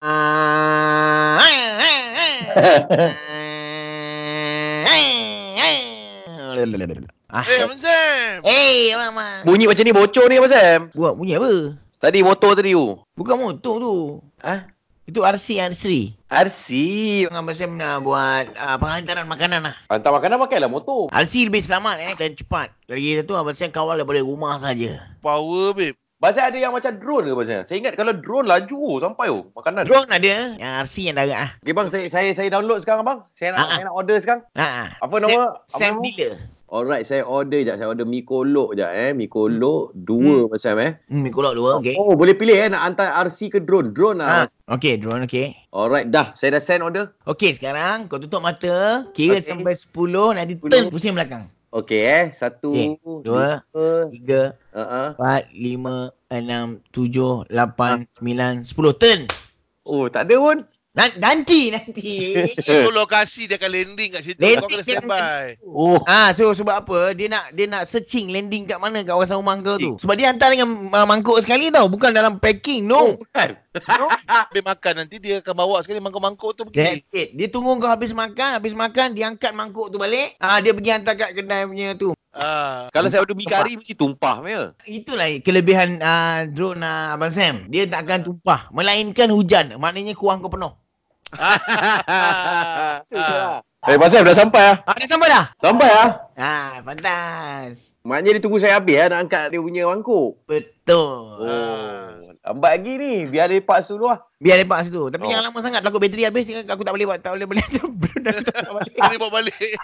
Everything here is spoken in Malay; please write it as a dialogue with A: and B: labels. A: ah.
B: Eh, Abang Sam.
C: Hey, mama.
A: Bunyi macam ni bocor ni Abang Sam.
C: Buat bunyi apa?
A: Tadi motor tadi tu.
C: Bukan motor tu. Ha?
A: Ah,
C: Itu RC RC.
A: RC.
C: Abang Sam nak buat uh, penghantaran makanan lah.
A: Hantar makanan pakailah motor.
C: RC lebih selamat eh dan cepat. Lagi satu Abang Sam kawal daripada rumah saja.
B: Power, babe.
A: Pasal ada yang macam drone ke pasal? Saya ingat kalau drone laju oh, sampai tu makanan.
C: Drone ada yang RC yang darat ah.
A: Okay bang, saya saya saya download sekarang bang. Saya
C: Ah,
A: nak
C: ah.
A: saya nak order sekarang.
C: Ha. ah.
A: Apa nama? Apa
C: Sam
A: nama?
C: bila?
A: Alright, saya order jap. Saya order mi kolok jap eh. Mi kolok dua hmm. macam eh.
C: Hmm, kolok dua, okey.
A: Oh, boleh pilih eh nak hantar RC ke drone. Drone lah.
C: Ha. Okey, drone okey.
A: Alright, dah. Saya dah send order.
C: Okey, sekarang kau tutup mata, kira
A: Okey.
C: sampai 10 nanti
A: Sepuluh.
C: turn pusing belakang.
A: Okey eh. Satu,
C: Okey, dua.
A: dua.
C: 3
A: Uh-huh.
C: 4 5 6 7 8 9 10 turn.
A: Oh, tak ada pun.
C: Na- nanti nanti.
B: Itu lokasi dia akan landing kat situ. Kau
C: Eh. Landing
B: kena
C: dia
B: standby.
A: Oh.
C: Ah, so sebab apa? Dia nak dia nak searching landing kat mana kat kawasan rumah kau tu. Sebab dia hantar dengan uh, mangkuk sekali tau, bukan dalam packing. No.
A: Oh, bukan.
B: Babe makan nanti dia akan bawa sekali mangkuk-mangkuk tu pergi.
C: That's it. Dia tunggu kau habis makan, habis makan dia angkat mangkuk tu balik. Ah, dia pergi hantar kat kedai punya tu.
B: Ah.
A: Kalau saya order mi
C: Tumpah.
A: kari mesti tumpah punya.
C: Itulah kelebihan uh, drone uh, Abang Sam. Dia takkan tumpah, melainkan hujan. Maknanya kuang kau penuh.
A: Ha.
B: Ah. Ah.
A: Eh, Pasal dah sampai ah.
C: Ah, dia sampai dah.
A: Sampai ah.
C: Ah, fantas.
A: Maknanya dia tunggu saya habis ah nak angkat dia punya mangkuk.
C: Betul.
A: Oh. Lambat lagi ni. Biar dia lepas dulu lah.
C: Biar lepak situ. Tapi oh.
A: Oh.
C: jangan lama sangat takut bateri habis aku tak boleh buat tak boleh balik. Belum dah tak boleh.
B: Kena bawa balik.